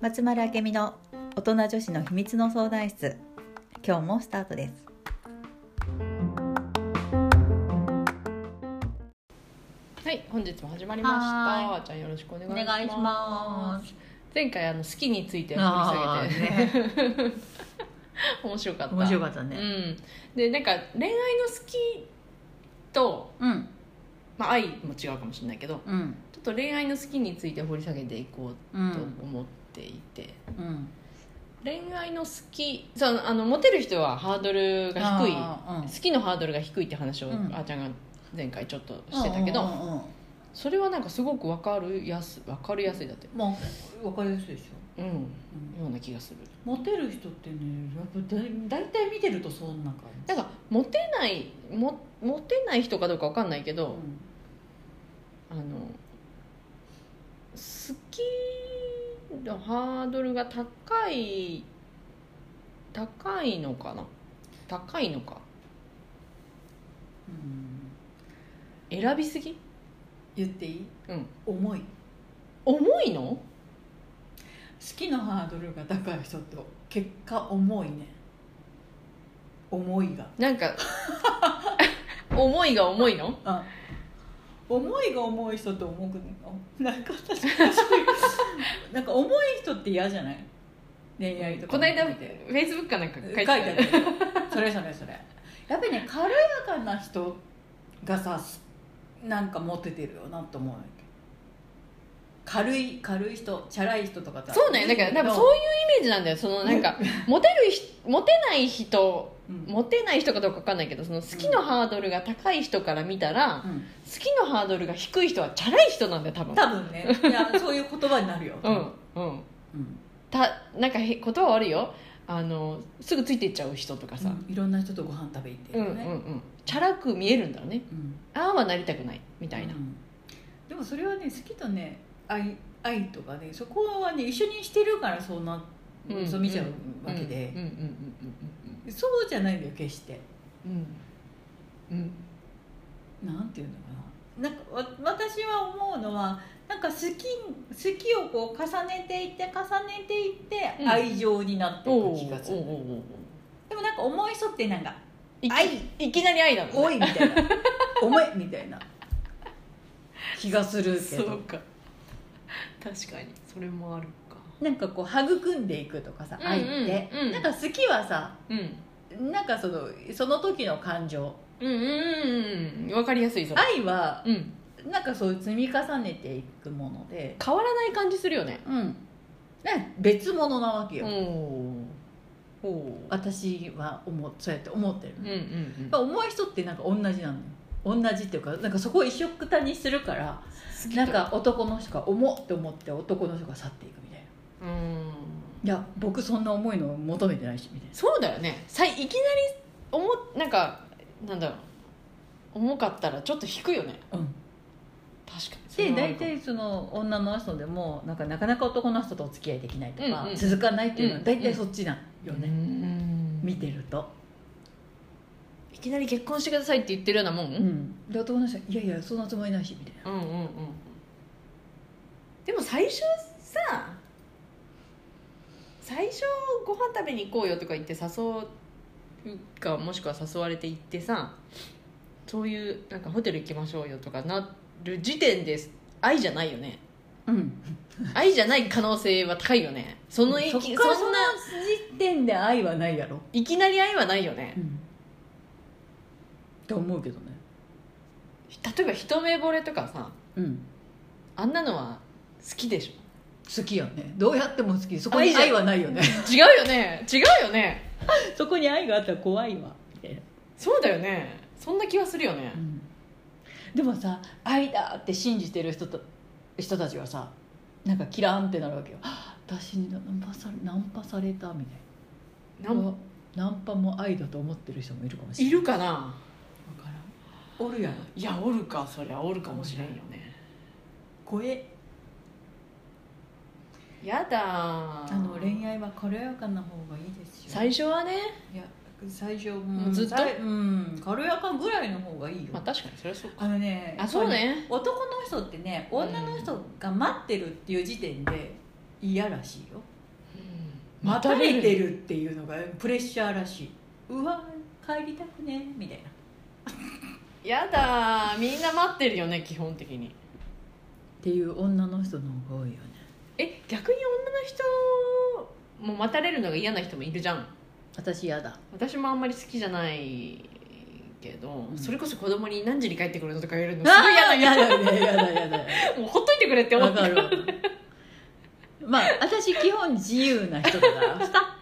松丸明美の大人女子の秘密の相談室今日もスタートですはい、本日も始まりました。はあーちゃんよろしくお願いお願します。いします。前回あの好きについて掘りあ下げて、ーね 面白かった。面白かったうね。ん。でなんか恋愛の好きとうん、まあ愛も違うかもしれないけど、うん、ちょっと恋愛の好きについて掘り下げていこううとん、思っていて。うん。恋愛の好きそうあのモテる人はハードルが低い好いきのハードルが低いって話を、うんあーちゃんが前回ちょっとしてたけど、それはなんかすごく分かるやす分かりやすいだってまあ、わかりやすいでしうんよょ。うな気がするモテる人ってね、やっぱだい大体見てるとそんな感なんかモテないもモテない人かどうかわかんないけうんど、あの好きのハードルが高い高いのかな高いのかうん選びすぎ言っていいうん重い。好重いのきのハードルが高い人と、結果重いね。思いが。なん か重いが重いのあ思いが重い人と重くあなんか私なんか重い人って嫌じゃない恋愛とかこの間フ見てェイスブックかなんか書い書ていてたあるそれそれそれやっぱりね軽やかな人がさすなんかモテてるよなと思うんだけど軽い軽い人チャラい人とかさそうねだから多分そういうイメージなんだよそのなんかモテるひモテない人うん、モテない人かどうか分かんないけどその好きのハードルが高い人から見たら、好うんきのハードルが低い人はチャラい人なんだよ多分多分ねいやそういう言葉になるよ、うんうんうんたなんかへ言葉悪いよあのすぐついていっちゃう人とかさ、うんいろんな人とご飯食べ行ってうん、るうんようんね、チャラく見えるんだろうねうんああはなりたくないみたいな、うんでもそれはね好きとね愛愛とかねそこはね一緒にしてるからそうな、うんそう見ちゃうわけでうん、うんうんそうじゃないんだよ決してうんうんうんうんなんていうのかななんかわ私は思うのはなんか好き好きをこう重ねていって重ねていって、うん愛情になっていおくう気がすおるうおうおうでもなんか重い人ってなんかいき愛いきなり愛だもんね多いみた いな重いみたいな気がするけそどうか確かにそれもあるかなんかこう育んでいくとかさ愛って、うんうんうんなんか好きはさうんなんかそのその時の感情うんうんうんうんわかりやすいそれ愛はうんなんかそういう積み重ねていくもので変わらない感じするよねうんね別物なわけおよ、おおー私は思うそうやって思ってる、うんうやんっうんぱ重い人ってなんか同じなのよ同じっていうかなんかそこを一緒くたにするからなんか男の人が重っって思って男の人が去っていくみたいなうんいや僕そんな重いの求めてないしみたいなそうだよねさいいきなりおもなんかなんだろう重かったらちょっと引くよねうん、確かにそれではある大かも体その女の人でもなんかなかなか男の人とお付き合いできないとか、うんうん続かないっていうのは大体そっちなんよね、うん見てると、いきなり結婚してくださいって言ってるようなもん、う、うんん、で男の人は「いやいやそんなつもりないし」みたいなうんうんうんでも最初さ最初ご飯食べに行こうよとか言って誘うかもしくは誘われて行ってさそういうなんかホテル行きましょうよとかなる時点で愛じゃない よねうん愛じゃない可能性は高いよねそのいそっきからそそんんなな時点で愛はないやろ、いきなり愛はないよねん、と思うけどね例えば一目惚れとかさうんあんなのは好きでしょ好きよねどうやっても好きそこに愛じゃん愛はないよね 違うよね違うよねそこに愛があったら怖いわ、そうだよねそんな気はするよねうん、でもさ愛だって信じてる人と人たちはさなんかキラーンってなるわけよはぁ私にナンパされナンパされたみたいななんナンパも愛だと思ってる人もいるかもしれないいるかなわからんおるやろいやおるかそりゃおるかもしれんよね声やだーあの恋愛は軽やかな方がいいですよ最初はねいや最初もうずっとさいうん軽やかぐらいの方がいいよ、まあ確かにそれはそうかあのねあそうね男の人ってね女の人が待ってるっていう時点で嫌らしいよ待たれてるっていうのがプレッシャーらしいうわ帰りたくねみたいなやだーみんな待ってるよね基本的にっていう女の人の方が多いよねえ逆に女の人も待たれるのが嫌な人もいるじゃん私嫌 だ私もあんまり好きじゃないけど、うんそれこそ子供に何時に帰ってくるのとか言えるのすごい嫌あ 嫌だ嫌だ嫌だ嫌だもうほっといてくれって思わってかるわまあ私基本自由な人だ からさ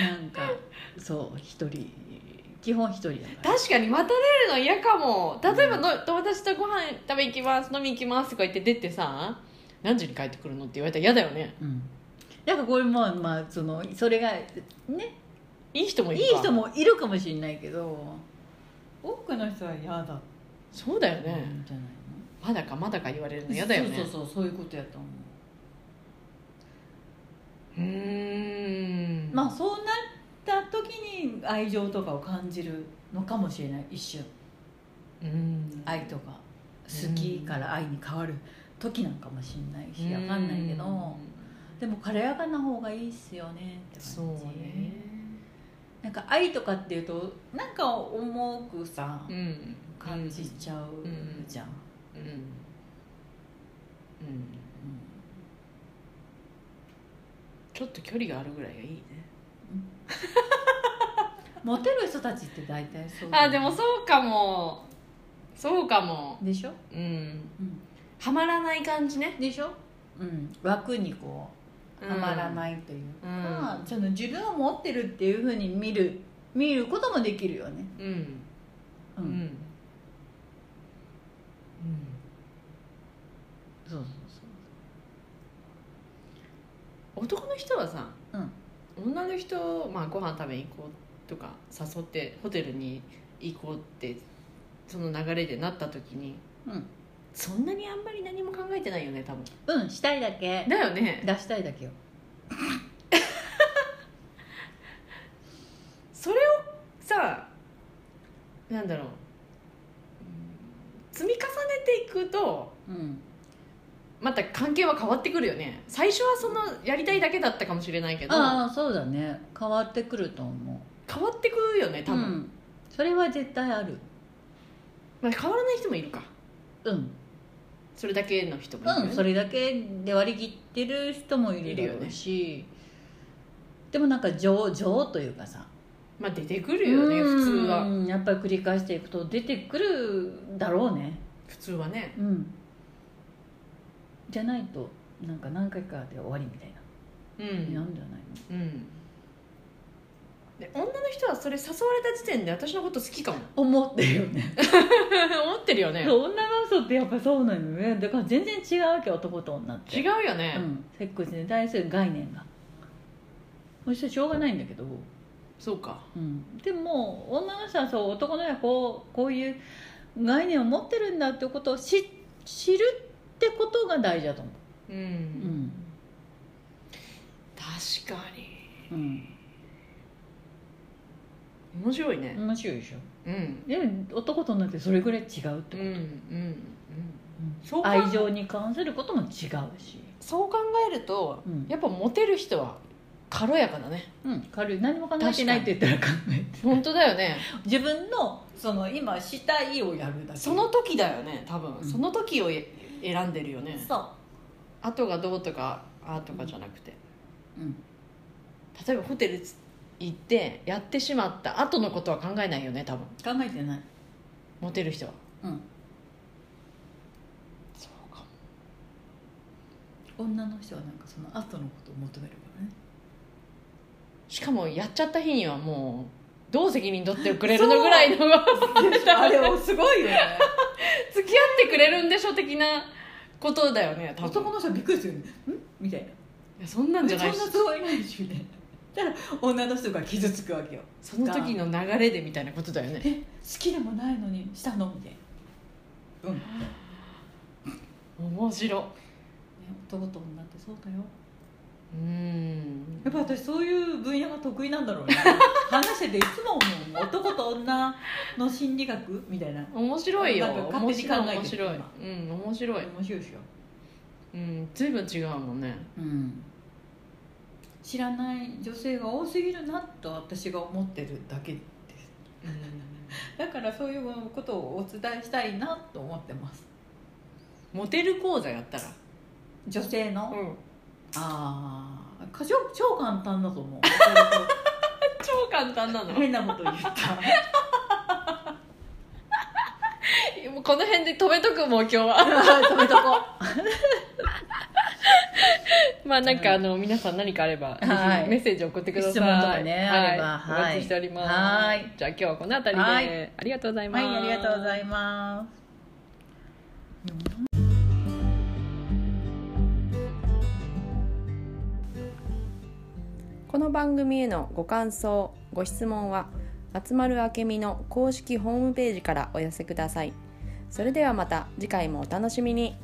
なんかそう一人基本一人だから確かに待たれるの嫌かも例えばうんの、友達とご飯食べ行きます飲み行きますとか言って出てさ何時に帰ってくるのって言われたら嫌だよねうんなんかこれもまあそのそれがねいい人もいいるいか人もいるかもしれないけど多くの人は嫌だっそうだよたんね、じゃないまだかまだか言われるのの嫌だよねそうそうそうそういうことやと思うーんうまあそうなった時に愛情とかを感じるのかもしれない一瞬うん愛とか好きから愛に変わる時なんかもしれないしわかんないけどうんでも軽やかな方がいいっすよねって感じそうねなんか愛とかっていうとなんか重くさうん感じちゃうじゃん、うんうんうんちょっと距離があるぐらいがいいねうんモテる人たちって大体そうだよあでもそうかもそうかもでしょ、うんうん、はまらない感じねでしょ、うん、枠にこうはまらいないというか、その自分を持ってるっていうふうに見る見ることもできるよね、うんううんんうんそうそう男の人はさ、うん女の人、まあ、ご飯食べに行こうとか誘ってホテルに行こうってその流れでなった時にそうそんなにあんまり何も考えてないよね多分うん、うん、したいだけだよね出したいだけよそれをさなんだろううん積み重ねていくとうんまた関係は変わってくるよね最初はそのやりたいだけだったかもしれないけど変ああそうだね変わってくると思わってくるよねう多分、うん、それは絶対あるまあ、変わらない人もいるかうん、それだけの人もいるようね、ん、それだけで割り切ってる人もいるだろうし、でもなんか情情というかさまあ出てくるよねうん普通はやっぱり繰り返していくと出てくるだろうね普通はねうんじゃないとなんか何回かで終わりみたいな、うんなんじゃないうんで女の人はそれ誘われた時点で私のこと好き かもの思ってるよね思ってるよね 女の人ってやっぱそうなのよねだから全然違うわけ男と女って違うよね、うん、セックスに対する概念がそしてしょうがないんだけど、そうかうん、でも女の人はそう男の人はこうこういう概念を持ってるんだってことを知知るってことが大事だと思うん、う、うん確かにうん、面白いね面白いでしょうんでも男と女ってそれぐらい違うってこと、うんうんうんそううんか愛情に関することも違うし、そう考えると、うんやっぱモテる人は軽やかだねうん、軽い何も考えてないって言ったら考えて本当だよね自分のその今したいをやるだけ その時だよね多分、うんその時をえ選んでるよねそあとがどうとかああとかじゃなくて、う、うん、例えばホテル行ってやってしまった後のことは考えないよね多分考えてないモテる人はうんそうか女の人はなんかその後のことを求めるから ねしかもやっちゃった日にはもうどう責任取ってくれるのぐらいのあれもすごいよね 付き合ってくれるんでしょ的なことだよね多分 男の人はびっくりするよねんみたいないやそんなんじゃないしそんなつもりないしみたいなたら 女の人が傷つくわけよその時の流れでみたいなことだよねえ好きでもないのにしたのみたいなうん、ね、面白男と女ってそうだよううんやっぱ私そういう分野が得意なんだ ろうね話してていつも思う男と女の心理学みたいな面白いよなんか勝手に考えてる面白いうん面白い面白いでしょ、うん随分違うもんねうん、知らない女性が多すぎるなと私が思ってるだけですだからそういうことをお伝えしたいなと思ってますモテる講座やったら女性の、んああ超超簡単だと 思う超簡単 なのも変なこと言ったうこの辺で止めとくもう今日は 止めとこまあなんかあの皆さん何かあれば、ぜひはいメッセージ送ってください質問とかねあればはい、おはい待ちしておりますはいじゃあ今日はこの辺りで、はいありがと うございうまはす、いありがとうございますこの番組へのご感想ご質問は松丸あけみの公式ホームページからお寄せくださいそれではまた次回もお楽しみに